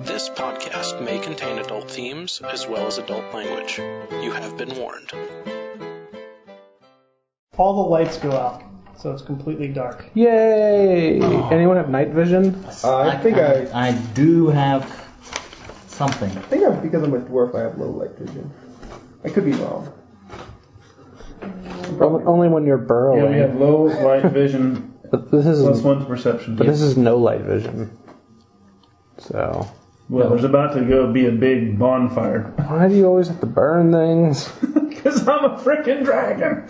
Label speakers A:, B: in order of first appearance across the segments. A: This podcast may contain adult themes as well as adult language. You have been warned.
B: All the lights go out, so it's completely dark.
C: Yay! Anyone have night vision?
D: Uh, I think I, I
E: I do have something.
D: think I'm, because I'm a dwarf, I have low light vision. I could be wrong.
C: Only, only when you're burrowing.
F: Yeah, we have low light vision
C: but this is
F: plus one to perception.
C: but this is no light vision. So
F: well, there's about to go be a big bonfire.
C: why do you always have to burn things?
F: Because I'm a freaking dragon.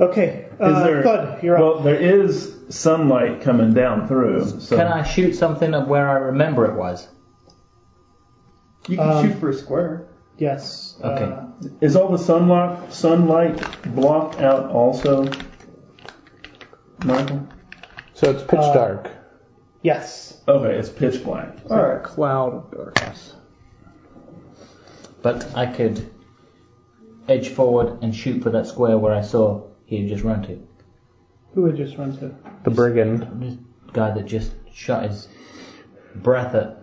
B: Okay, uh,
F: there-
B: Thud, you're up.
F: well, there is sunlight coming down through. So
E: Can I shoot something of where I remember it was?
D: You can
B: Um,
D: shoot for a square.
B: Yes.
E: Okay.
B: Uh,
F: is all the sunlock, sunlight blocked out also, Michael?
C: So it's pitch
B: Uh,
C: dark.
B: yes.
F: Okay, it's pitch black.
D: All right.
C: Cloud of darkness.
E: But I could edge forward and shoot for that square where I saw he had just run to.
B: Who had just run to?
C: The brigand,
E: This guy that just shot his breath at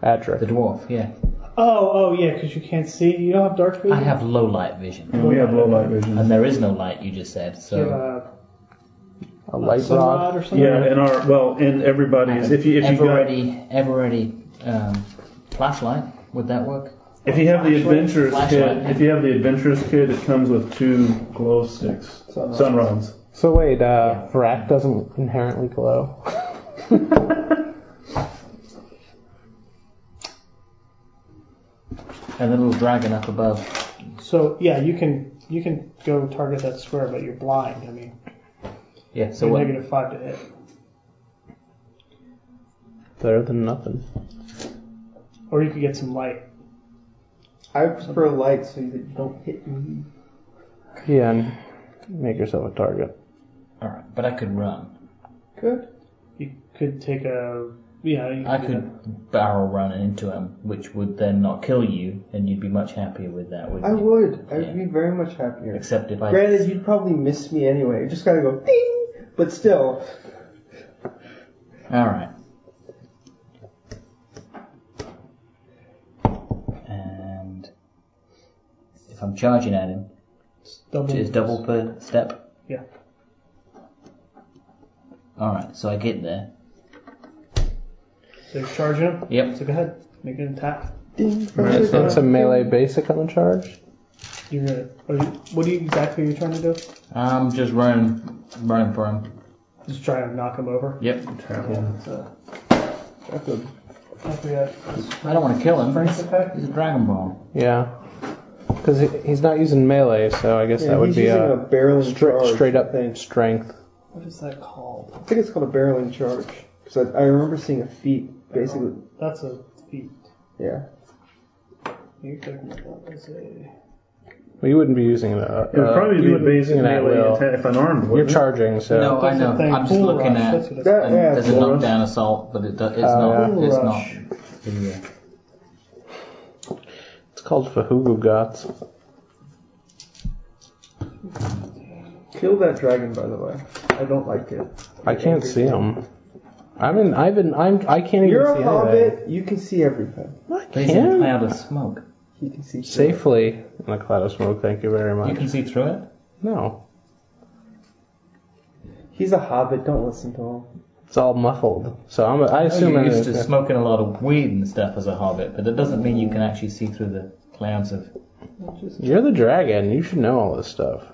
E: the
C: Adric.
E: dwarf, yeah.
B: Oh, oh yeah, because you can't see. You don't have dark vision.
E: I have low light vision.
F: And we have low light vision.
E: And there is no light, you just said,
B: You have
E: so.
B: a
C: A light
B: sunrod
C: rod.
B: or something.
F: Yeah, and our well, and everybody's. If you if you
E: ever
F: got,
E: ready, ever ready um, flashlight, would that work?
F: if you have the adventurous
E: Flashlight.
F: kit, if you have the adventurous kit, it comes with two glow sticks, sunrods.
C: So wait, uh, Vrak doesn't inherently glow.
E: And the little dragon up above.
B: So yeah, you can you can go target that square, but you're blind. I mean,
E: Yeah, so
B: you're
E: what?
B: negative five to hit,
C: Better than nothing.
B: or you could get some light.
D: I prefer light so that you don't hit me.
C: Yeah, and make yourself a target.
E: Alright, but I could run.
D: Good.
B: You could take a yeah. You
E: I
B: do that.
E: could barrel run into him, which would then not kill you, and you'd be much happier with that, wouldn't
D: I
E: you?
D: would. I would
E: Yeah.
D: be very much happier.
E: Except if I.
D: Granted, you'd probably miss me anyway. You just gotta go ding. But still,
E: Alright. And. If I'm charging at him,
B: double.
E: which is double per step.
B: Yeah.
E: Alright, so I get there.
B: So you're charging him.
E: Yep.
B: So go ahead, make an attack.
D: ding.
C: And some melee basic on the charge.
B: You're gonna. Are you, what do you exactly are you trying to do?
E: I'm just running, running for him.
B: Just try to knock him over.
E: Yep.
B: Like we had-
E: I don't want to kill him. He's a dragonborn.
C: Yeah. Because he, he's not using melee, so I guess
D: Yeah,
C: that would
D: he's
C: be
D: using
C: a,
D: a barreling
C: stra-
D: charge,
C: straight up
D: I think.
C: strength.
B: What is that called?
D: I think it's called a barreling charge. Because I, I remember seeing a feat, basically.
B: That's a feat.
D: Yeah.
B: You're talking about that as a.
C: Well, you wouldn't be using it. Uh,
F: It would probably
C: you
F: be a
C: wouldn't
F: basic
C: using it at will.
F: melee attack if unarmed.
C: You're
F: wouldn't it?
C: charging, so
E: No, Oh, I
B: That's
E: know.
B: the thing,
E: I'm just
B: bull
E: looking
B: rush,
E: at.
B: that's what it's-
D: That,
E: And
D: yeah,
E: there's a
F: Laura.
E: knockdown assault, but it do, it's
C: Oh,
E: not.
B: yeah.
E: It's
B: Laura.
E: not. the, uh,
C: it's called Fahugu Gots.
D: Kill that dragon, by the way. I don't like it.
C: I can't see him. I'm in. I've been. I'm. I can't even
D: You're
C: see
D: a
C: anything.
D: hobbit. You can see everything.
C: I
E: There's a
C: can
E: cloud of smoke.
D: You can see
C: safely in a cloud of smoke. Thank you very
E: You
C: much.
E: can see through it.
C: No,
D: He's a hobbit. Don't listen to him.
C: it's all muffled. So I'm. I assume
E: Oh, You're
C: it
E: used
C: is.
E: to smoking a lot of weed and stuff as a hobbit, but that doesn't mean you can actually see through the clouds of.
C: You're the dragon. You should know all this stuff.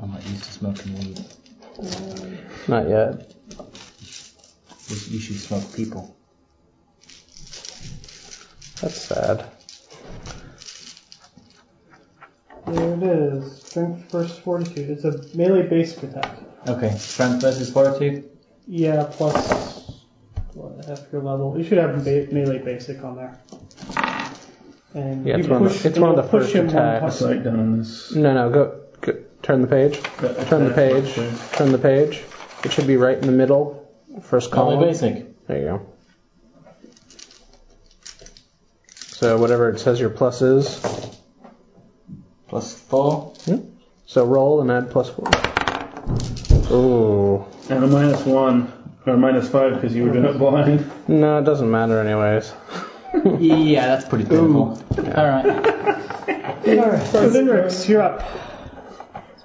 E: I'm not used to smoking weed.
C: Not yet.
E: You, you should smoke people.
C: That's sad.
B: There it is. Strength versus fortitude. It's a melee basic attack.
E: Okay, strength versus fortitude.
B: Yeah, plus what, half your level. You should have ba- melee basic on there. And
C: Yeah,
B: you
C: it's one of the-
B: push,
C: it's one of the
B: you'll push
C: first
B: him one
C: attacks.
B: pu-
F: Sight down this.
C: No, no. Go. go turn the page. Turn the page. Turn the page. It should be right in the middle. First
E: Call
C: column.
E: basic.
C: There you go. So whatever it says your plus is.
E: Plus four.
C: So roll and add plus four. Ooh.
F: And a minus one, or minus five because you were doing it blind.
C: No, it doesn't matter anyways.
E: Yeah, that's pretty painful. All right,
B: Cindrix, you're up.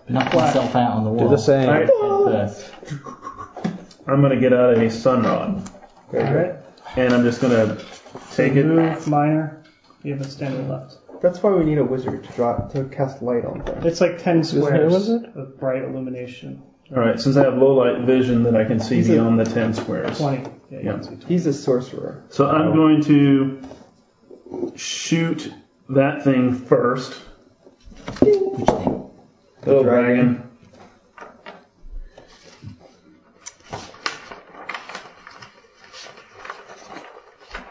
E: knock yourself out on the wall.
C: Do the same.
F: Alright,
E: Head first.
F: I'm gonna get out a sun rod,
D: Okay, good.
F: and I'm just gonna take it.
B: Move, minor. You have a standard left.
D: That's why we need a wizard to draw to cast light on things.
B: It's like 10 squares
C: wizard?
B: of bright illumination.
F: All right, since I have low light vision, that I can see
D: He's a-
F: beyond the ten squares.
B: 20. Yeah, you
F: Yeah.
B: can see 20.
D: He's a sorcerer.
F: So I'm going to shoot that thing first.
E: Which thing?
F: Little
D: dragon.
F: dragon.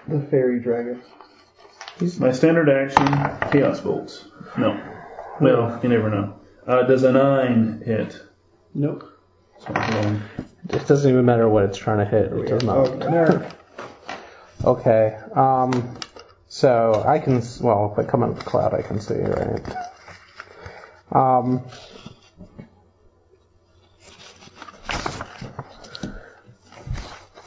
D: The fairy dragon.
F: My standard action, chaos bolts. No. Well, you never know. Uh, does a nine hit?
B: Nope.
F: So I'm rolling.
C: It doesn't even matter what it's trying to hit. It does not.
D: Oh, nerd.
C: Okay. Um. So I can. s- Well, if I come out of the cloud, I can see, right? Um.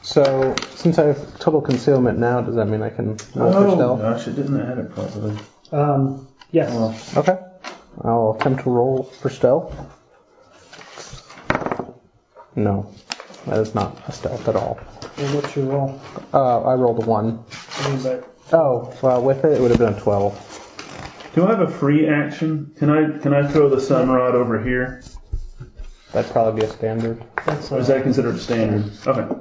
C: So since I have total concealment now, does that mean I can roll for
F: Oh
C: stealth?
F: gosh, it doesn't add it properly.
B: Um, yes.
C: Okay. I'll attempt to roll for stealth. No, that is not a stealth at all.
B: Well, what's your roll?
C: Uh, I rolled a one.
B: I mean, but
C: Oh, well, with it, it would have been a 12.
F: Do I have a free action? Can I can I throw the sun rod over here?
C: That'd probably be a standard.
B: that's
F: Or is
B: uh,
F: that considered standard? Okay.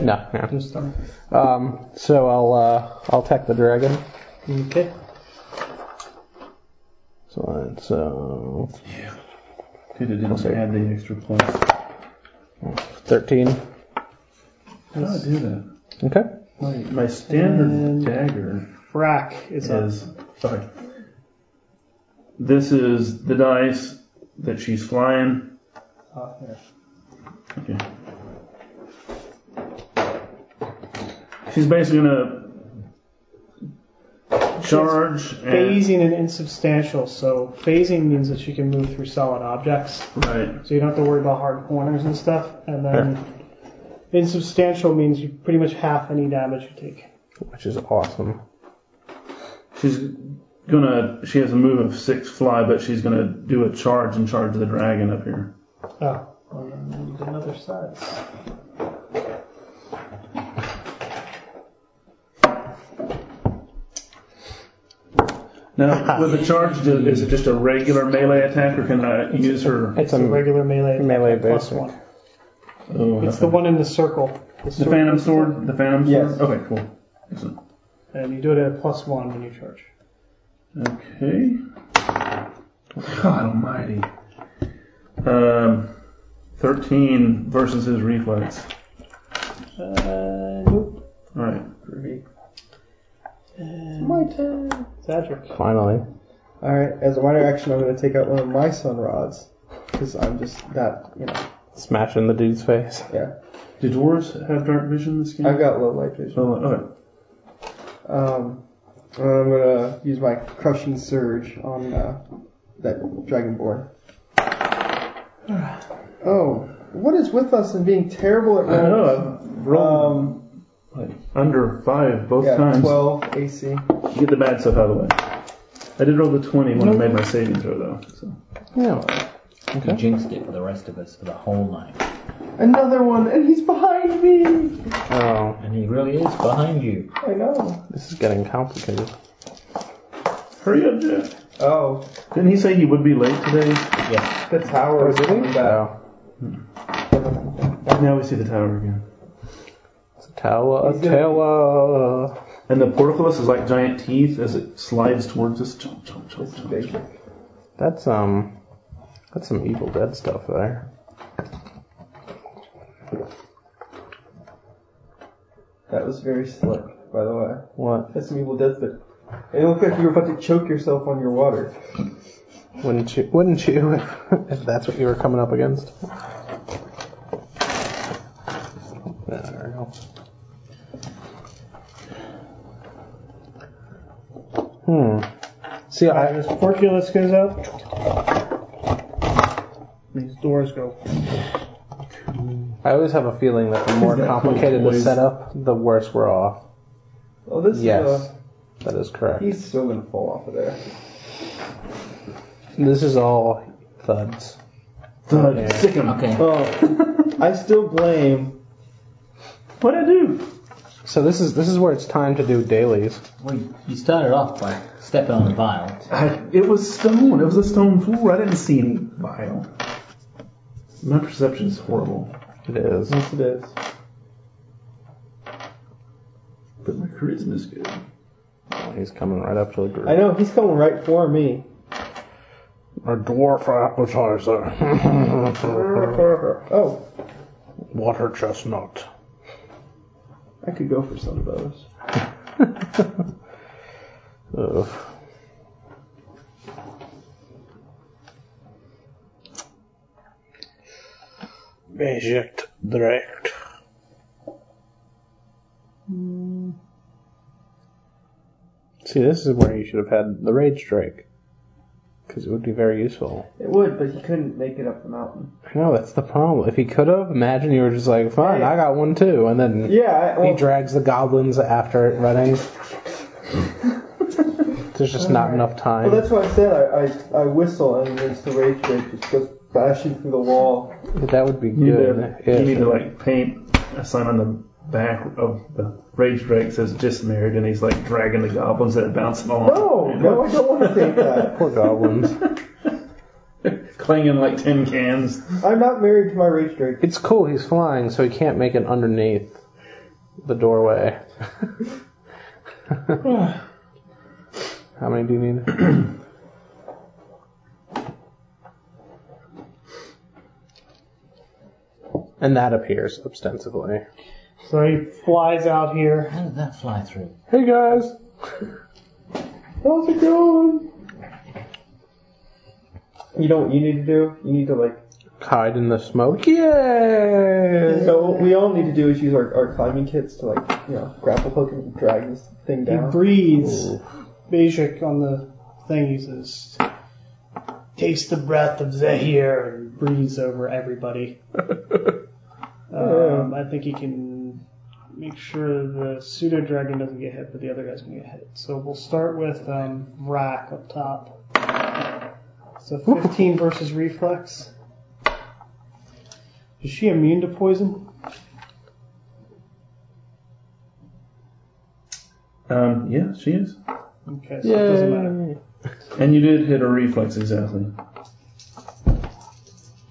C: No, no.
B: just um,
C: Um, so I'll, uh, I'll attack the dragon.
B: okay.
C: So it's, uh,
F: Could it didn't
C: Okay.
F: add the extra point? How
C: 13.
F: do I do that?
C: Okay.
F: My, my standard
B: And-
F: dagger
B: Frack is up.
F: is okay. This is the dice that she's flying.
B: Uh, here.
F: Okay. She's basically gonna charge and
B: Phasing and insubstantial. So phasing means that you can move through solid objects,
F: right.
B: so you don't have to worry about hard corners and stuff. And then insubstantial means you pretty much half any damage you take.
C: Which is awesome.
F: She's gonna. She has a move of six fly, but she's gonna do a charge and charge the dragon up here.
B: Oh, well, then I need another size.
F: Now, with the charge, do- is it just a regular melee attack, or can I use her?
B: It's
C: It's
B: a
C: a-
B: regular melee. attack
C: melee
B: at plus
C: basic.
B: one.
F: Oh,
B: It's the one in the circle.
F: The Phantom Sword. The Phantom
D: Yes.
F: Sword. Okay, cool. Excellent.
B: And you do it at a plus one when you charge.
F: Okay. God Almighty. Um, thirteen versus his reflex.
B: Uh, nope.
F: All right.
D: Groovy.
B: My turn. Zadric.
C: Finally.
D: All right. As a minor action, I'm going to take out one of my sun rods because I'm just that you know.
C: Smash in the dude's face.
D: Yeah.
F: Do dwarves have dark vision in this game?
D: I've got low light vision.
F: Oh, okay.
D: Um, and I'm gonna use my crushing surge on uh, that dragonborn. Oh, what is with us and being terrible at
F: I
D: rolls?
F: know. Oh, I've rolled
D: Um,
F: like, under five both
D: yeah,
F: times.
D: 12 AC.
F: Get the bad stuff out of the way. I did roll the 20 when I made my saving throw, though. So.
C: Yeah.
E: You jinxed it for the rest of us for the whole night.
D: Another one, and he's behind me.
C: Oh,
E: And he really is behind you.
D: I know.
C: this is getting complicated.
F: Hurry up, Jeff.
D: Oh,
F: Didn't he say he would be late today?
E: Yeah.
D: the tower is coming back.
C: Oh.
F: Now we see the tower again.
C: Tower,
D: He's gonna-
C: tower.
F: And the portcullis is like giant teeth as it slides towards us. Chomp, chomp, chomp,
D: It's
F: chomp,
D: big.
F: chomp.
C: That's, um, that's some Evil Dead stuff there.
D: That was very slick, by the way.
C: What?
D: That's some evil death, but it looked like you were about to choke yourself on your water.
C: Wouldn't you? Wouldn't you? If, if that's what you were coming up against. There we go. Hmm. See, I
B: Porculus goes up. These doors go.
C: I always have a feeling that the more
D: that cool
C: complicated the
D: voice?
C: setup, the worse we're off.
D: Oh, this
C: Yes,
D: is. Uh,
C: that is correct.
D: he's still gonna fall off of there.
C: This is all thuds.
F: Thud.
C: Yeah.
F: Sick him.
E: Okay.
D: Oh, I still blame.
F: What'd I do?
C: So this is this is where it's time to do dailies.
E: Well, you- you started off by stepping on a vial.
F: I, it was stone. It was a stone floor. I didn't see any vial. My perception is horrible.
C: It is.
D: Yes, it is.
F: But my charisma's good.
C: Oh, he's coming right up to the group.
D: I know he's coming right for me.
C: A dwarf appetizer.
D: Oh,
C: Water chestnut.
D: I could go for some of those.
C: Ugh. Eject direct. See, this is where you should have had the rage drake, because it would be very useful.
D: It would, but he couldn't make it up the mountain.
C: I know that's the problem. If he could have, imagine you were just like, fine,
D: Hey.
C: I got one too, and then
D: Yeah, I, well,
C: he drags the goblins after it running. There's just not enough time.
D: well, that's why I said I, I, I whistle and it's the rage rage just goes bashing through the wall.
C: That would be
F: You,
C: good.
F: need to,
C: if-
F: you need to like paint a sign on the back of the rage drake says just married, and he's like dragging the goblins that are bouncing along.
D: No, no, I don't want to think that.
C: Poor goblins.
F: clanging like tin cans.
D: I'm not married to my rage drake.
C: it's cool. He's flying, so he can't make it underneath the doorway. How many do you need? and that appears ostensibly.
B: So he flies out here.
E: How did that fly through?
C: Hey guys,
D: How's it going? You know what you need to do? You need to like.
C: hide in the smoke. Yay!
D: So what we all need to do is use our, our climbing kits to like, you know, grapple hook and drag this thing
B: He
D: down.
B: breathes. Bajik on the thing. He says, "Taste the breath of Zahir," and breathes over everybody. um, I think he can make sure the pseudo dragon doesn't get hit, but the other guy's gonna get hit. So we'll start with um, Rack up top. So 15 versus reflex. Is she immune to poison?
F: Um, yeah, she is.
B: Okay, so it doesn't matter.
F: And you did hit a reflex exactly.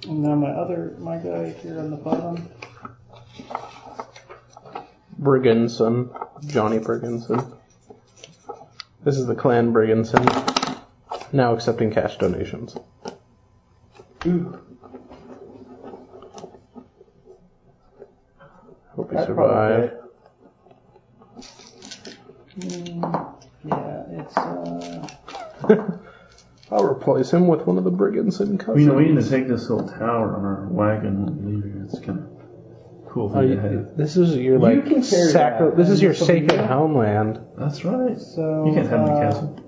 B: And now my other my guy here on the bottom.
C: Brigginson, Johnny Brigginson. This is the clan Brigginson. Now accepting cash donations.
D: Ooh,
C: Hope you
D: that probably
C: survive.
D: did.
B: Yeah, it's uh,
C: I'll replace him with one of the Brigginson cousins.
F: You know, we need to take this whole tower on our wagon when we leave here. It's kind of cool
C: Oh,
F: thing to
C: you,
F: have.
C: this is your like
D: can carry
C: sacri-
D: that.
C: This is your
D: This will be
C: sacred
D: mine.
C: homeland.
F: That's right.
B: so.
F: You can't have the
B: uh,
F: castle.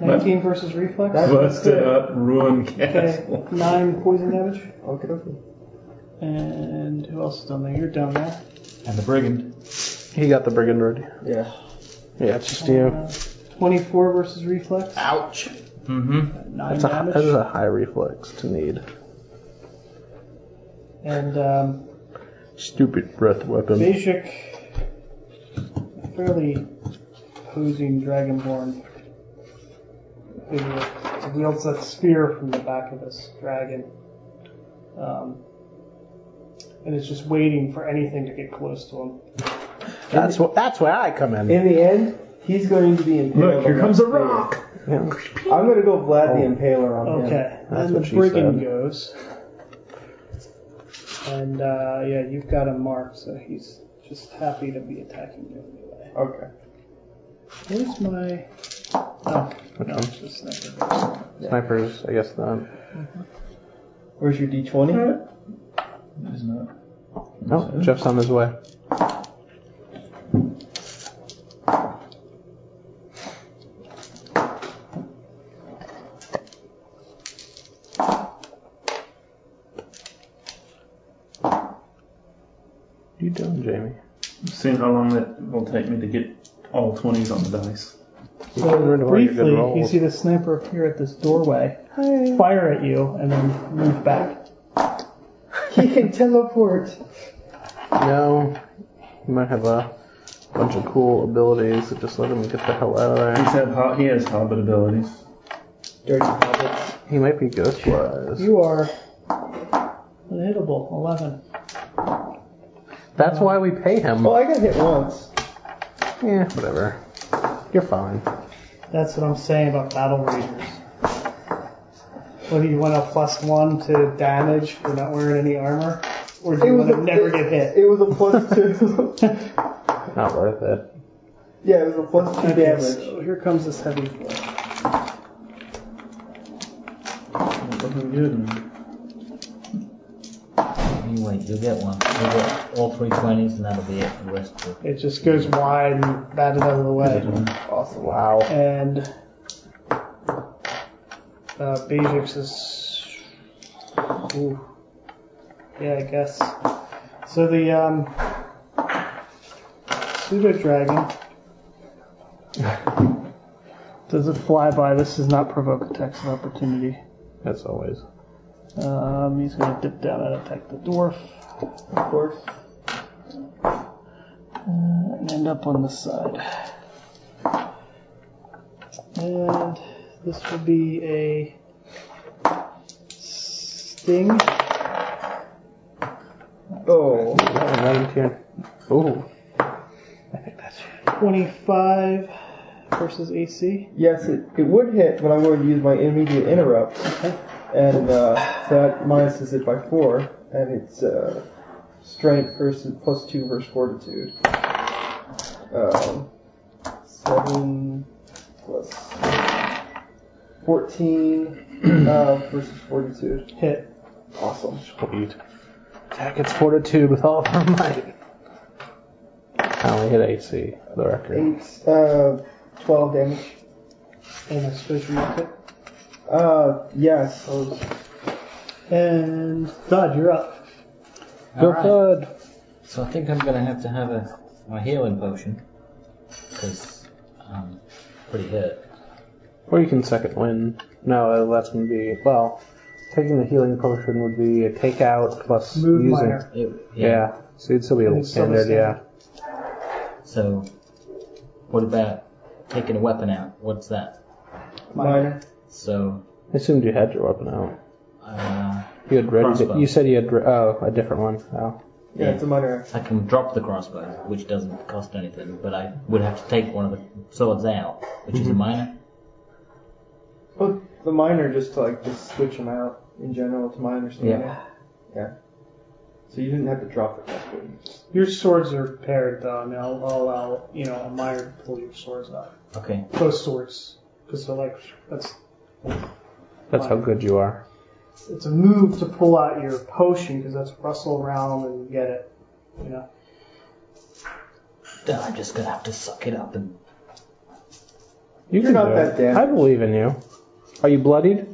B: 19 versus reflex.
D: That's
F: Busted
D: good.
F: up, ruined
B: okay,
F: castle.
B: nine poison damage.
D: Okay, okay.
B: And who else is down there? You're down there.
E: And the brigand.
C: He got the brigand ready.
D: Yeah.
C: Yeah, it's just you.
B: Uh, 24 versus reflex. Uh,
E: Ouch. Mm-hmm.
B: Nine
C: That's a,
B: damage.
C: that is a high reflex to need.
B: And um,
C: Stupid breath weapon.
B: Basic, fairly posing dragonborn figure wields that spear from the back of this dragon. Um, and it's just waiting for anything to get close to him.
C: That's wh- that's where I come in.
D: In the end, he's going to be impaled.
F: Look, here
D: on
F: comes
D: that
F: a
D: spear.
F: rock.
C: Yeah.
D: I'm going to go Vlad the Impaler on him.
B: Okay,
C: That's
B: and the
C: what she
B: brigand
C: said.
B: goes. And uh, yeah, you've got him marked, so he's just happy to be attacking you anyway.
D: Okay.
B: Where's my? Oh, no, it's just not
C: Snipers, I guess um, not.
D: Where's your D20?
E: That is not.
C: No, Jeff's on his way. you doing, Jamie?
F: See how long that will take me to get all 20s on the dice.
C: You're getting
B: So
C: rid of all your good
B: briefly, you
C: rolls.
B: see the sniper appear at this doorway, fire at you, and then move back.
D: He can teleport.
C: No. He might have a bunch of cool abilities that just let him get the hell out of
F: He's
C: there.
F: have, ho- he has hobbit abilities.
D: Dirty hobbits.
C: He might be ghost wise.
B: You are unhittable. Eleven.
C: That's why we pay him.
D: Well, I got hit once.
C: Yeah, whatever. You're fine.
B: That's what I'm saying about battle readers. Whether you want a plus one to damage for not wearing any armor, or do you want to never get hit?
D: It was a plus two.
C: Not worth it.
D: yeah, it was a plus two
B: Okay,
D: damage.
B: so Oh, here comes this heavy blow.
F: Not looking good. man.
E: You wait, you'll get one. You'll get all three twenties, and that'll be it for the rest of it.
B: It just goes wide and batted out of the way.
D: Awesome.
C: Wow.
B: And uh, Beedrix is. Ooh. Yeah, I guess. So the um, pseudo dragon does it fly by. This does not provoke attacks of opportunity.
C: That's always.
B: Um, he's gonna dip down and attack the dwarf,
D: Of course.
B: uh, and end up on this side. And this will be a sting.
D: Oh.
C: Yeah, right into your- Ooh.
B: 25 versus AC.
D: Yes, it, it would hit, but I'm going to use my immediate interrupt. And uh, so that minuses it by four, and it's uh, strength versus plus two versus fortitude. Um, seven plus fourteen uh, versus fortitude.
B: Hit.
D: Awesome.
C: Sweet. Attack its fortitude with all of her might. I only hit AC, for the record.
D: Eight, uh, twelve damage.
B: And I suppose you mark it.
D: Uh, yes. I was-
B: And Thud, you're up.
C: Go
E: Alright.
C: third.
E: So I think I'm gonna have to have a my healing potion because I'm pretty hurt.
C: Or you can second win. No, uh, that's gonna be well. Taking the healing potion would be a takeout plus
B: Move
C: using.
B: minor.
E: It,
C: Yeah. so you'd still be able
B: And
C: to
B: still
C: standard. Yeah,
E: So what about taking a weapon out? What's that?
D: Minor.
E: So
C: I assumed you had your weapon out.
E: uh,
C: You had ready. To,
E: Crossbow.
C: you said you had. re- Oh, a different one. Oh,
D: Yeah, it's a minor action.
E: I can drop the crossbow, which doesn't cost anything, but I would have to take one of the swords out, which is a minor.
D: Well, the minor just to like just switch them out in general, to my understanding.
E: Yeah.
D: Yeah. So you didn't have to drop it. That's good.
B: Your swords are paired, though. I mean, I'll, I'll allow, you know, a minor to pull your swords out.
E: Okay.
B: Both swords. Because they're like, that's,
C: that's how good you are.
B: it's a move to pull out your potion, because that's rustle around and get it. You know?
E: Then I'm just gonna have to suck it up and
C: You
D: You're
C: can
D: not
C: do
D: that
C: it.
D: damaged.
C: I believe in you. Are you bloodied?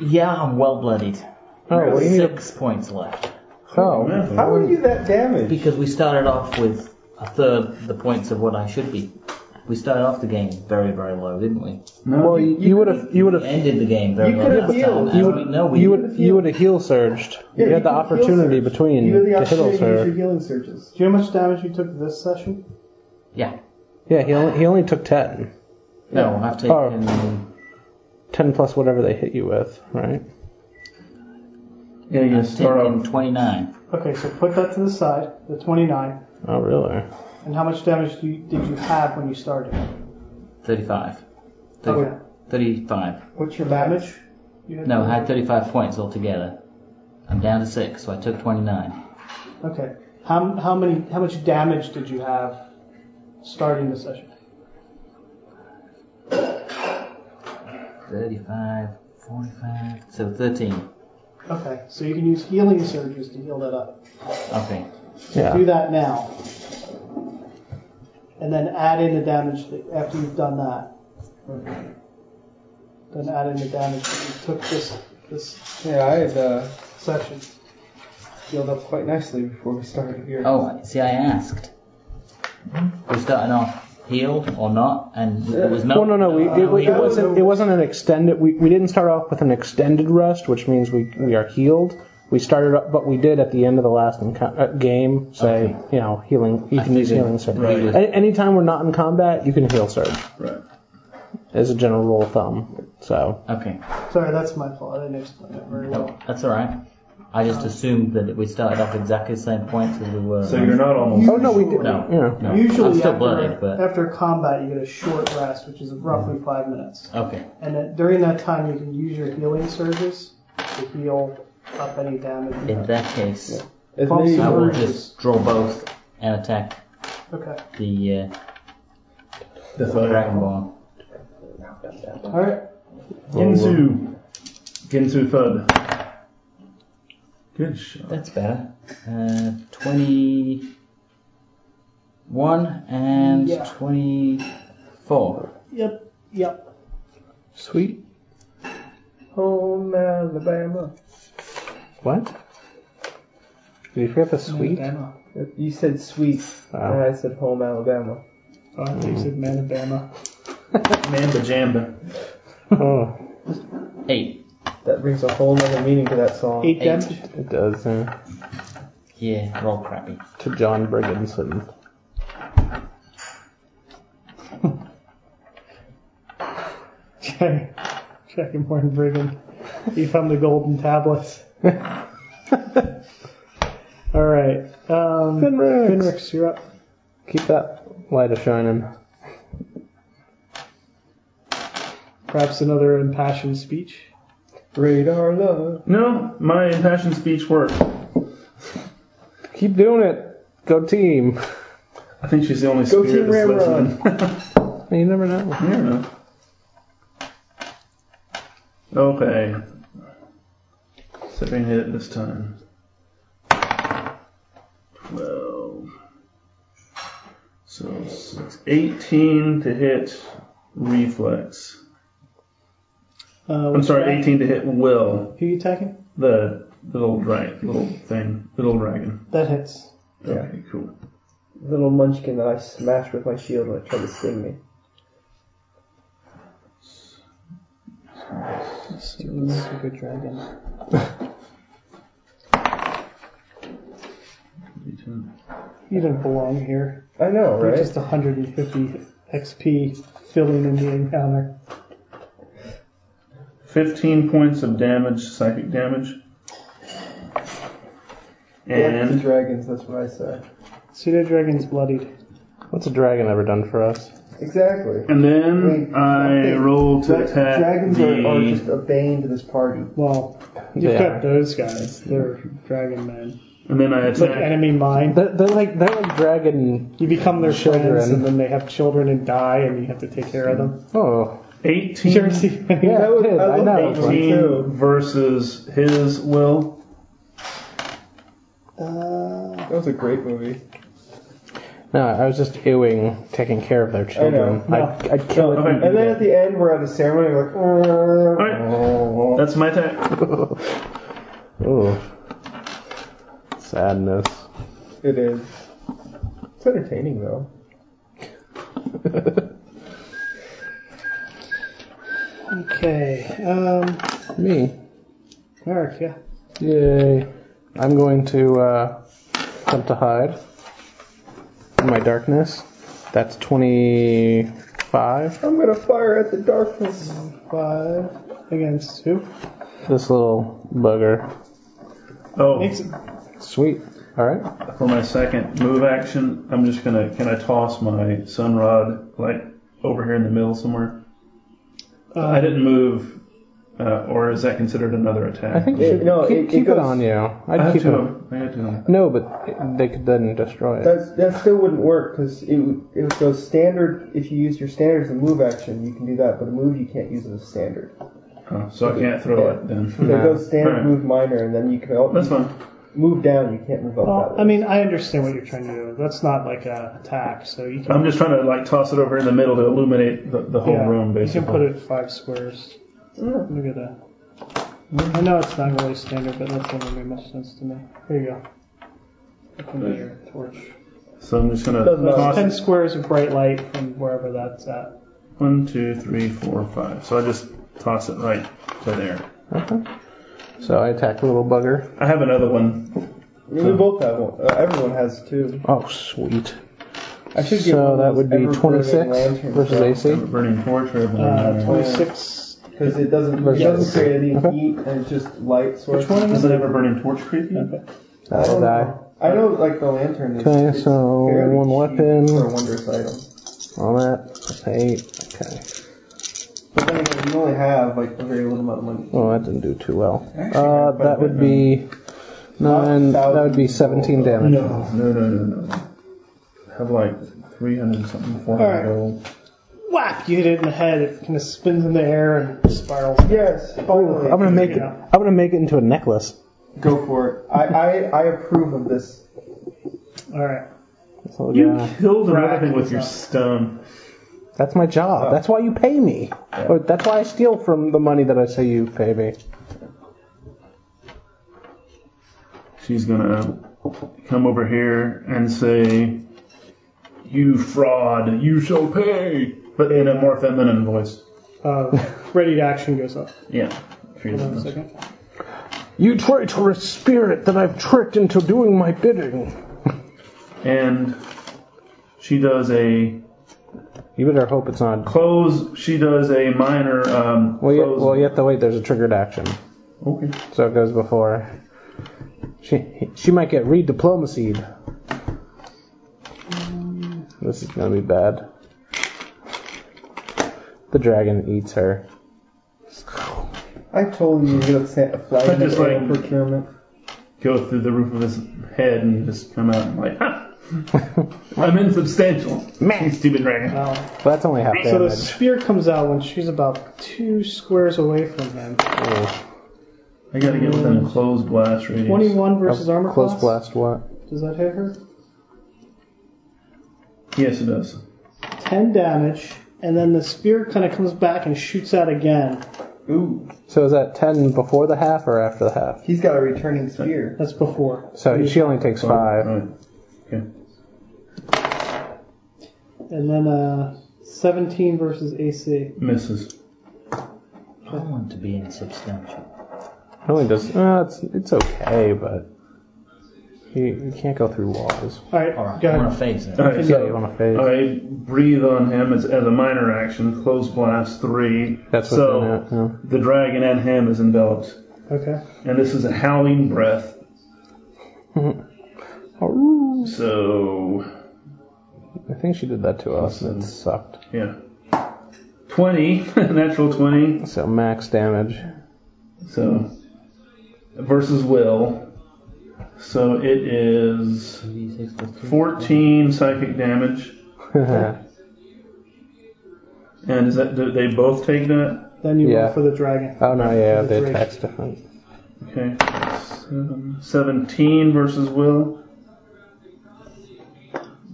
E: Yeah, I'm well bloodied.
C: Oh, well, you need a,
E: Six points left.
C: oh.
F: man.
D: How are you that damaged?
E: Because we started off with a third the points of what I should be. We started off the game very, very low, didn't we?
F: No,
C: Well, you- you would have. You would
E: We
C: have.
E: ended the game very
D: You
E: low
D: could've
E: last
D: healed.
E: time.
D: You
E: You
D: would-
E: would, no, we,
C: You would. You would have heal surged.
D: Yeah,
C: you had the
D: you could've heal
C: opportunity
D: surged.
C: between
D: You had the
C: to heal
D: opportunity to use
C: surge.
D: your healing surges.
B: Do you know how much damage you took this session?
E: Yeah.
C: Yeah, he only he only took ten.
E: No, I've taken.
C: Ten plus whatever they hit you with, right?
F: yeah, you
E: I've
F: start
E: taken
F: off.
E: 29.
B: Okay, so put that to the side, the 29.
C: Oh, really?
B: And how much damage do you, did you have when you started?
E: 35. 30,
B: Okay.
E: 35.
D: What's your
B: Damage? You had
E: No, I had 35 points altogether. I'm down to 6, so I took 29.
B: Okay. How, how many how much damage did you have starting the session?
E: 35, 45, so 13.
B: Okay. So you can use healing surges to heal that up.
E: Okay.
B: Do
C: Yeah.
B: that now. And then add in the damage that, after you've done that. Then add in the damage that you took this this
D: Yeah, I had uh,
B: session.
D: healed up quite nicely before we started here.
E: Oh, see, I asked. We're starting off healed or not, and it was not.
C: Well, no, no, we, it,
E: we-
C: it wasn't. It wasn't an extended. We, we didn't start off with an extended rest, which means we we are healed. We started up, but we did at the end of the last enco- uh, game say,
E: Okay.
C: you know, healing. You
E: I
C: can use
E: figured-
C: healing surge.
F: Right.
C: Any, anytime we're not in combat, you can heal surge
F: Right.
C: as a general rule of thumb. So
E: Okay, Oh,
B: Sorry, that's my fault. I didn't explain that very well.
E: that's all right. I just assumed that we started off exactly the same points as we were.
F: So you're not almost.
C: oh no, we did.
E: No,
C: Yeah.
E: no.
B: Usually,
E: I'm still
B: after,
E: blooded, but Mm-hmm.
B: after combat, you get a short rest, which is roughly five minutes.
E: okay.
B: And then during that time, you can use your healing surges to heal up any damage.
E: In that case,
D: As
B: False
D: many-
E: I will
B: Surges.
E: just draw both and attack
B: Okay.
E: the uh,
F: The
E: dragonborn.
B: All right.
F: Ginsu. Ginsu Thud. Good shot.
E: That's better. Uh, Twenty-one and
B: Yeah.
E: twenty-four.
B: Yep. Yep.
C: Sweet.
D: Home Alabama.
C: What? Did you forget the sweet?
B: Alabama.
D: You said sweet, and
C: Oh.
D: I said home Alabama.
B: Oh, I think you said Manabama.
F: Mamba Jamba.
C: oh,
E: Eight.
D: That brings a whole nother meaning to that song.
B: Eight
E: Eight.
B: damage.
C: it does. Uh,
E: Yeah, roll crappy.
C: to John Brigginson.
B: Check. Check and Morton Brigham. He found the golden tablets. All right. Um,
C: Finrex.
B: Finrex, you're up.
C: Keep that light a shining.
B: Perhaps another impassioned speech.
D: Radar love.
F: No, my impassioned speech worked.
C: Keep doing it. Go team.
F: I think she's the only
D: Go
F: spirit
D: Team
F: that's
D: Ramrod.
F: listening.
C: You never know.
F: I don't know. Okay. So I can hit it this time. Twelve. So six. Eighteen to hit reflex.
B: Uh,
F: I'm sorry, eighteen to hit will.
B: Who you attacking?
F: The the little dragon, little thing, the little dragon.
B: That hits.
F: Okay, cool.
D: Little munchkin that I smashed with my shield when it tried to sting me.
B: Stupid super dragon.
F: 18.
B: You don't belong here.
D: I know,
B: You're
D: right?
B: just 150 XP filling in the encounter.
F: 15 points of damage, psychic damage.
D: Like the
F: And
D: dragons, that's what I say.
B: Pseudo dragon's bloodied.
C: What's a dragon ever done for us?
D: Exactly.
F: and then
D: Wait,
F: I
D: okay.
F: roll to
D: Dra-
F: attack
D: dragons
F: the.
D: are, are just a bane to this party.
B: Well, you've
C: They
B: got
C: are.
B: those guys. They're dragon men.
F: and then I
B: It's like
F: attack.
B: enemy mine.
C: They're, they're like they're like dragon.
B: You become their friends,
C: Children.
B: and then they have children and die, and you have to take care of them.
C: Oh,
B: Did you
F: 18,
B: ever see?
C: yeah,
D: That was-
C: it did.
D: I
C: I,
D: love
C: know.
D: that one.
F: 18 versus his will.
B: Uh,
D: That was a great movie.
C: No, I was just ewing taking care of their children.
D: know.
C: I'd, I'd kill it.
F: Okay.
C: and
D: And then
C: eat
D: at the end, we're at a ceremony, we're like, "Uh,
F: Alright. That's my attack.
C: it. Ooh. oh. Sadness.
D: it is. It's entertaining, though.
B: okay. Um,
C: Me.
B: Eric, yeah.
C: Yay. I'm going to uh, attempt to hide in my darkness. That's 25.
D: I'm gonna fire at the darkness.
B: Five against two.
C: This little bugger.
F: Oh,
B: Makes it
C: Sweet. All right.
F: for my second move action, I'm just gonna. Can I toss my sun rod like over here in the middle somewhere? I didn't move, uh, or is that considered another attack?
C: I think you
D: It-
C: should
D: no,
C: keep,
D: it- it
C: keep it,
D: goes-
C: on you. I'd
F: I had
C: keep
F: two
C: it.
F: of them. I had two of them.
C: No, but it- they could then destroy it.
D: That, that still wouldn't work, because it, would- it would go standard, if you use your standard as a move action, you can do that, but a move you can't use as a standard.
F: Oh, so I can't throw it then.
D: So
C: No.
D: it goes standard,
F: Alright.
D: move minor, and then you can all,
F: That's fine.
D: move down, you can't move up
B: Well,
D: that way.
B: I mean, I understand what you're trying to do. That's not like a attack, so you can.
F: I'm just trying to like toss it over in the middle to illuminate the, the whole
B: yeah,
F: room,
B: You can put
F: basically.
B: it five squares.
D: Mm.
B: Look at that. I know it's not really standard, but that doesn't make much sense to me. Here you go. Up under your torch.
F: So I'm just gonna
D: Doesn't matter.
F: toss
B: Ten
F: it.
B: squares of bright light from wherever that's at.
F: One, two, three, four, five. So I just toss it right to there.
C: So I attack the little bugger.
F: I have another one.
D: I mean, we both have one. Uh, everyone has two.
C: Oh, sweet.
D: I should get one
C: So
D: of
C: that
D: those
C: would be
D: ever-burning
C: 26
D: lanterns,
C: versus
D: though,
F: I
C: AC.
F: have a burning torch or everyone.
B: Uh,
C: Mm.
F: Uh,
B: 26.
D: Because it doesn't, it
C: Versus-
D: doesn't create any
C: Okay.
D: heat, and it's just light source.
B: Which one
F: Does
B: is
F: it
B: it?
F: have a burning torch creepy?
C: That'll die.
D: Oh, I know, like the lantern. Is,
C: Okay,
D: it's
C: so
D: fairly
C: one
D: cheap
C: weapon.
D: for a wondrous item.
C: All that. That's eight. Okay.
D: But then again, you only have like a very little amount of money.
C: Oh, that didn't do too well.
F: Actually,
C: Uh,
F: quite a
C: that would
F: bit,
C: be nine. That would be 17 damage.
F: No, no, no, no, no. I have like 300 something, 400
B: Alright.
F: gold.
B: Whack! You hit it in the head. It kind of spins in the air and spirals.
D: Yes, finally.
C: I'm gonna make it.
B: Yeah.
C: I'm gonna make it into a necklace.
D: Go for it. I, I, I approve of this.
B: All right.
C: That's, all I
F: You
C: got.
F: killed another
B: Rack
F: thing with
B: is
F: your
B: up.
F: stone.
C: That's my job. That's why you pay me. Or that's why I steal from the money that I say you pay me.
F: She's gonna come over here and say, You fraud, you shall pay! But in a more feminine voice.
B: Uh, ready to action goes up.
F: Yeah. if you
B: Hold on a
F: don't know.
B: second.
C: You traitorous spirit that I've tricked into doing my bidding.
F: And she does a
C: You better hope it's not.
F: close, she does a minor. Um,
C: Well, you,
F: close-
C: well, you have to wait. There's a triggered action,
F: Okay.
C: so it goes before. She she might get re-diplomacied. This is gonna be bad. The dragon eats her.
D: I told you to get a sa- a flag
F: But just
D: in the
F: like-
D: procurement.
F: Go through the roof of his head and just come out and like, ha! I'm insubstantial.
C: Man.
F: Stupid dragon.
B: Now,
C: But that's only half
B: so the
C: damage.
B: spear comes out when she's about two squares away from him.
F: I gotta get within a closed blast radius.
B: 21 versus armor
C: Close
B: class.
C: blast. What?
B: Does that hit her?
F: Yes, it does.
B: 10 damage, and then the spear kind of comes back and shoots out again.
D: Ooh,
C: So is that ten before the half or after the half?
D: he's got a returning spear.
B: That's before.
C: So she only takes five.
F: Right. Okay.
B: And then uh, 17 versus AC.
F: Misses.
E: I don't want to be insubstantial.
C: It only does. Uh, it's it's okay, but you, you can't go through walls.
B: All right,
E: Alright,
B: go
E: I want
B: ahead.
E: to phase it.
F: All right,
C: Yeah, you
F: so
C: want to phase.
F: I breathe on him as, as a minor action. Closed blast three.
C: That's what's
F: so
C: in it. Yeah.
F: the dragon and him is enveloped,
B: Okay.
F: and this is a howling breath.
C: Oh,
F: So
C: I think she did that to us. and It sucked.
F: yeah, twenty natural twenty.
C: So max damage.
F: So versus will. So it is
E: 2d6 plus two.
F: fourteen psychic damage.
C: Oh, yeah,
F: And is that do they both take that?
B: Then you
C: Yeah.
B: roll for the dragon.
C: Oh no, yeah,
B: That's
C: the
B: right.
C: attack's different.
F: Okay. Seven- 17 versus Will.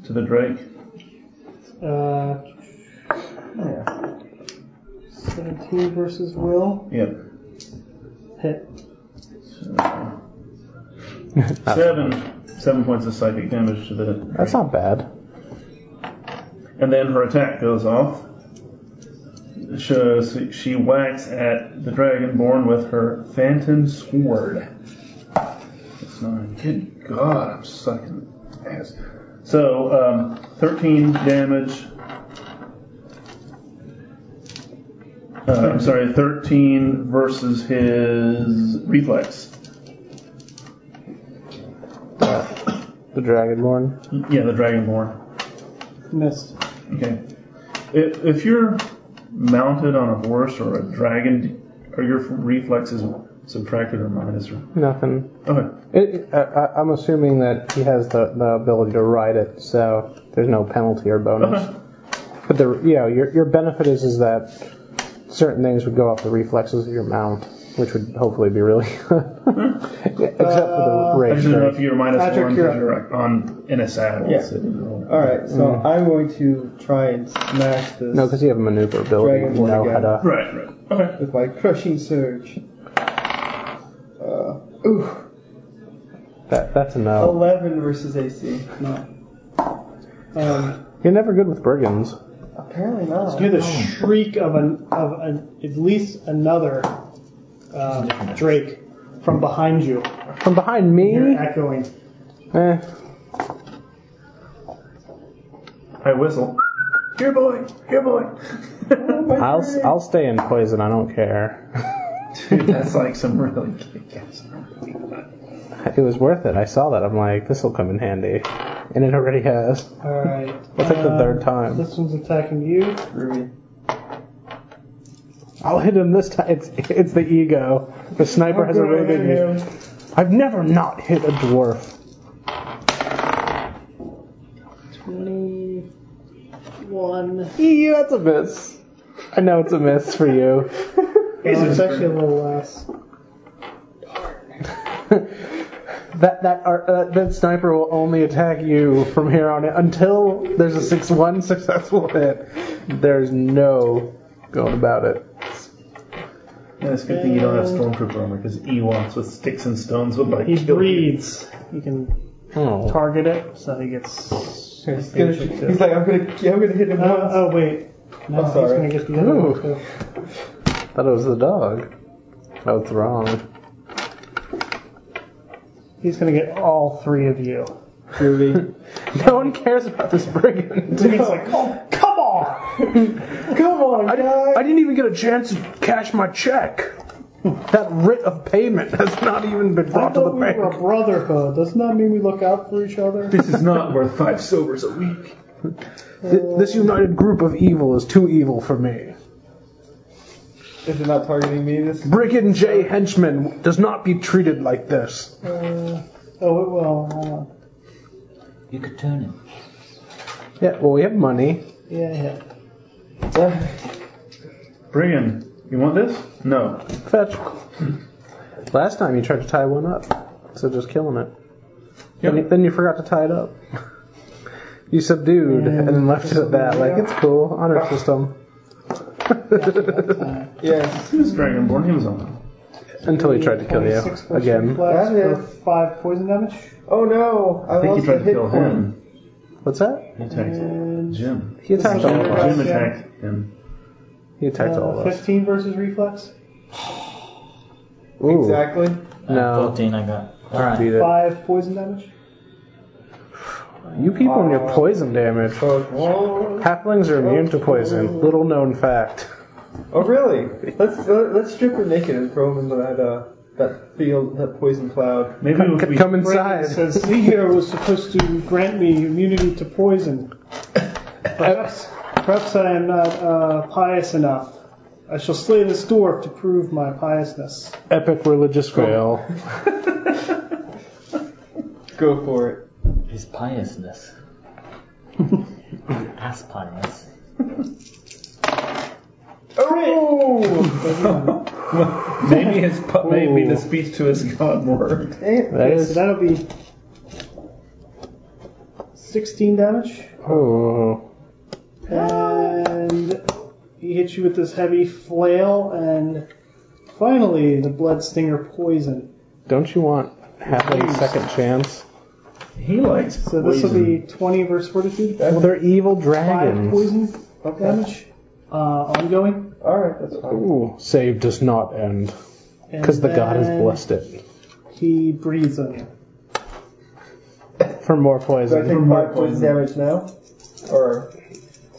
F: To the Drake.
B: Uh,
D: Yeah.
B: 17 versus Will.
F: Yep.
B: Hit.
F: Seven. Seven points of psychic damage to the. Drake.
C: That's not bad.
F: And then her attack goes off. Shows she whacks at the Dragonborn with her Phantom Sword. That's nine. Good God, I'm sucking ass. So, um, 13 damage. Uh, I'm sorry, 13 versus his reflex.
C: The dragonborn.
F: Yeah, the Dragonborn.
B: Missed.
F: Okay. If, if you're mounted on a horse or a dragon, are your reflexes subtracted or minus? Or,
C: Nothing.
F: okay.
C: It, I, I- I'm assuming that he has the, the ability to ride it, so there's no penalty or bonus.
F: Okay.
C: But the you know your your benefit is is that certain things would go off the reflexes of your mount, which would hopefully be really good. Except for the
F: I
C: rage.
F: just don't know
C: right?
F: if you're minus
B: Patrick,
F: one
B: you're
F: because you're on in a saddle.
D: Yeah.
F: so you roll.
D: All right, so
C: Mm.
D: I'm going to try and smash this
C: No, because you have maneuverability. You
D: Dragonborn
C: know
D: again.
C: how to.
F: Right, right. Okay.
D: with my crushing surge. Ooh,
C: That, that's a no.
D: 11 versus AC.
B: No. Um,
C: You're never good with brigands.
D: Apparently not.
B: you hear the
C: Oh.
B: shriek of an of an, at least another uh, Drake from behind you.
C: From behind me?
B: You're echoing.
C: Eh.
F: I whistle. Here, boy. Here, boy.
D: Oh,
C: I'll, I'll stay in poison. I don't care.
F: Dude, that's like some really kick-ass.
C: It was worth it. I saw that. I'm like, this will come in handy. And it already has.
B: All right.
C: That's like the third time.
B: um, This one's attacking you.
D: Ruby.
C: I'll hit him this time. It's, it's the ego. The sniper has a really big ego. I've never not hit a dwarf.
B: 21.
C: Yeah, that's a miss. I know it's a miss for you.
B: Oh, it's actually a little less.
C: That that are, uh, that sniper will only attack you from here on in until there's a six one successful hit. There's no going about it.
F: Yeah, it's a good thing you don't have stormtrooper armor because Ewoks with sticks and stones would like.
B: He
F: kill you.
B: breathes. You can
C: Oh,
B: target it, so he gets.
D: He's, gonna, he's like, I'm gonna, I'm gonna hit him
B: Uh,
D: once.
B: oh wait. No,
D: I'm
B: he's
D: sorry.
B: gonna get the other one
C: Ooh.
B: too.
C: thought it was the dog. Oh, it's wrong.
B: He's gonna get all three of you.
D: Ruby.
B: uh.
C: No one cares about this brigand.
B: He's like, oh, come on!
D: Come on,
C: I,
D: guys!
C: I didn't even get a chance to cash my check. That writ of payment has not even been
B: I
C: brought to the
B: thought we were a
C: bank.
B: brotherhood. Doesn't that mean we look out for each other?
F: This is not worth five silvers a week.
C: Th- This united group of evil is too evil for me.
D: If you're not targeting me, this
C: Brigand J. Henchman does not be treated like this.
B: Uh, oh, it will. Hold on.
E: You could turn him.
C: Yeah, well, we have money.
B: Yeah, yeah.
F: Brigand, you want this? No.
C: Fetch. Last time you tried to tie one up, so just killing it. Then, you, then you forgot to tie it up. You subdued and, then left it at that. Like, it's cool. Honor system.
D: yes,
F: He was Dragonborn. He was on.
C: Until he tried to kill you.
B: 26 versus
C: Again.
B: reflex
D: That is-
B: for Five poison damage.
D: Oh no! I,
F: I think
D: lost
F: he tried
D: a
F: to
D: hit
F: kill
D: point.
F: him.
C: What's that?
F: He attacked Jim.
C: He attacked all of us.
F: Jim attacked him.
C: He attacked all
B: Uh,
C: of us.
B: 15 versus reflex.
C: Ooh,
D: Exactly.
E: Uh,
C: No.
E: 14 I got. Alright.
C: beat it.
B: Five poison damage.
C: You people and your poison damage.
D: Oh,
C: Halflings are immune to poison. Little known fact.
D: oh really? Let's let, let's strip her naked and throw him into that uh that field that poison cloud.
F: Maybe
C: Come,
F: we
C: come- come
B: Brandon
C: inside.
B: says, "See here, was supposed to grant me immunity to poison. Perhaps, perhaps I am not uh, pious enough. I shall slay this dwarf to prove my piousness."
C: Epic religious fail.
D: Go for it.
E: His piousness. Ass pious.
D: Oh!
F: maybe his pu- maybe the speech to his god worked.
C: That
B: So
C: is.
B: that'll be 16 damage,
C: Oh. Ah.
B: and he hits you with this heavy flail, and finally the blood stinger poison.
C: Don't you want halfling second chance?
F: He likes.
B: So this will be 20 versus fortitude.
C: Well, they're evil
B: Five
C: dragons.
B: poison
D: Okay.
B: damage, uh, ongoing.
D: All right, that's fine.
C: Ooh, save does not end because the god has blessed it
B: He breathes on you.
C: for more
D: Do I
C: poison.
D: take five poison damage now, or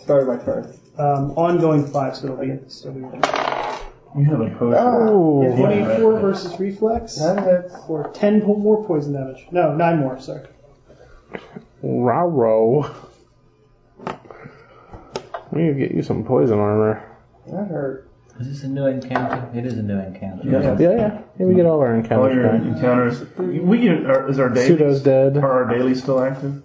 D: start my turn?
B: Um, ongoing five, so it'll be. So it'll be
F: You have a potion.
C: Ooh,
F: Yeah.
B: 24 versus reflex
D: That hits.
B: for 10 po- more poison damage. No, 9 more, sorry.
C: raro. We need to get you some poison armor.
D: That hurt.
E: Is this a new encounter? It is a new encounter.
F: Yeah.
C: Yeah, yeah. Here we get all our
F: All your
C: encounters back.
F: encounters. We are, is our daily.
C: Pseudo's dead.
F: Are our daily still active?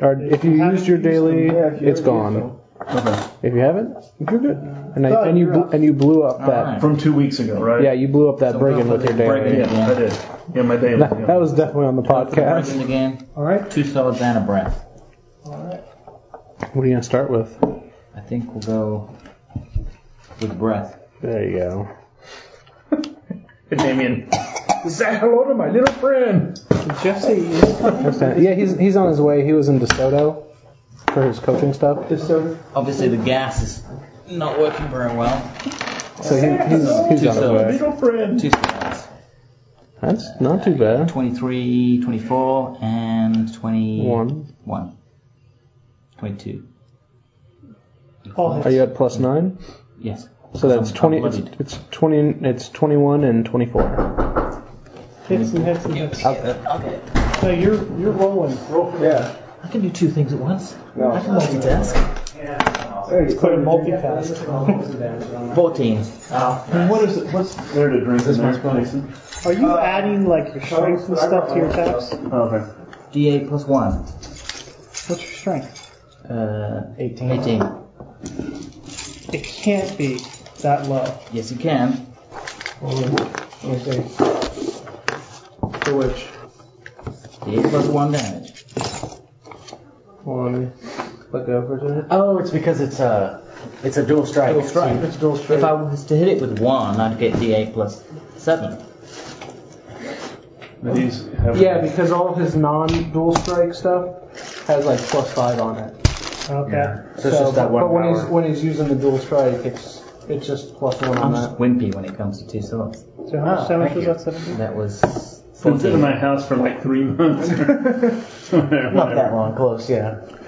C: Or if you
B: haven't
C: used your
B: used them,
C: daily,
D: Yeah, if you
C: it's
D: already used
C: gone.
D: them.
F: Okay.
C: If you haven't, you're good. And, I,
B: But
C: and you
B: you're
C: bl-
B: up.
C: and you blew up
E: All
C: that.
E: right.
F: From two weeks ago, right?
C: Yeah, you blew up that
E: So
C: brigand
E: go for
C: with your
E: the
C: daily.
E: brigand.
F: Yeah, I did. Yeah, my daily.
C: That,
F: yeah.
C: that was definitely on the
E: Go for the
C: podcast.
E: Brigand again.
B: Alright.
E: Two swords and a breath.
C: What are you gonna start with?
E: I think we'll go with breath.
C: There you go.
F: Damien. Say hello to my little friend.
B: Did Jeff say he is coming?
C: Yeah, he's he's on his way. He was in DeSoto for his coaching stuff.
D: Disorder.
E: Obviously, the gas is not working very well.
C: So he, he's,
E: Two
C: he's on his way.
E: syllables.
F: Little friend.
E: Two spells.
C: That's not too bad.
E: 23, 24, and 21.
C: One.
E: 22. Oh,
B: All hits.
C: Are you at plus nine?
E: Yes.
C: So that's
E: I'm- I'm
C: twenty. It's,
E: bloodied.
C: it's twenty. It's twenty-one and twenty-four.
B: hits and hits and hits.
E: Okay.
B: No, you're you're rolling. Roll for
D: Yeah.
E: I can do two things at once.
D: No.
E: I can multitask.
D: It's
B: quite a multitask.
E: 14.
F: What is it? What's there to drink? This one's Mason.
B: Are you adding like your strength and stuff to your attacks?
F: Oh, Okay.
E: D8 plus 1.
B: What's your strength?
E: Uh, 18. 18.
B: It can't be that low.
E: Yes, you can.
D: For which?
E: D8 plus 1 damage.
C: One.
D: Let go for it.
G: Oh, it's because it's a it's a dual strike. Dual strike.
D: It's dual straight.
E: If I was to hit it with 1, I'd get D8 plus 7.
F: These have
C: Yeah, because all of his non-dual strike stuff has like plus five on it.
B: Okay.
G: So it's just that one
C: but when
G: power.
C: he's when he's using the dual strike, it's it's just plus one on
E: I'm just
C: that.
E: wimpy when it comes to two swords.
B: So how much
G: Ah,
B: damage
G: thank
B: was
G: you.
B: that? Seventeen.
E: That was
F: been sitting in
E: 14.
F: my house for like three months.
G: Not that long, close, yeah.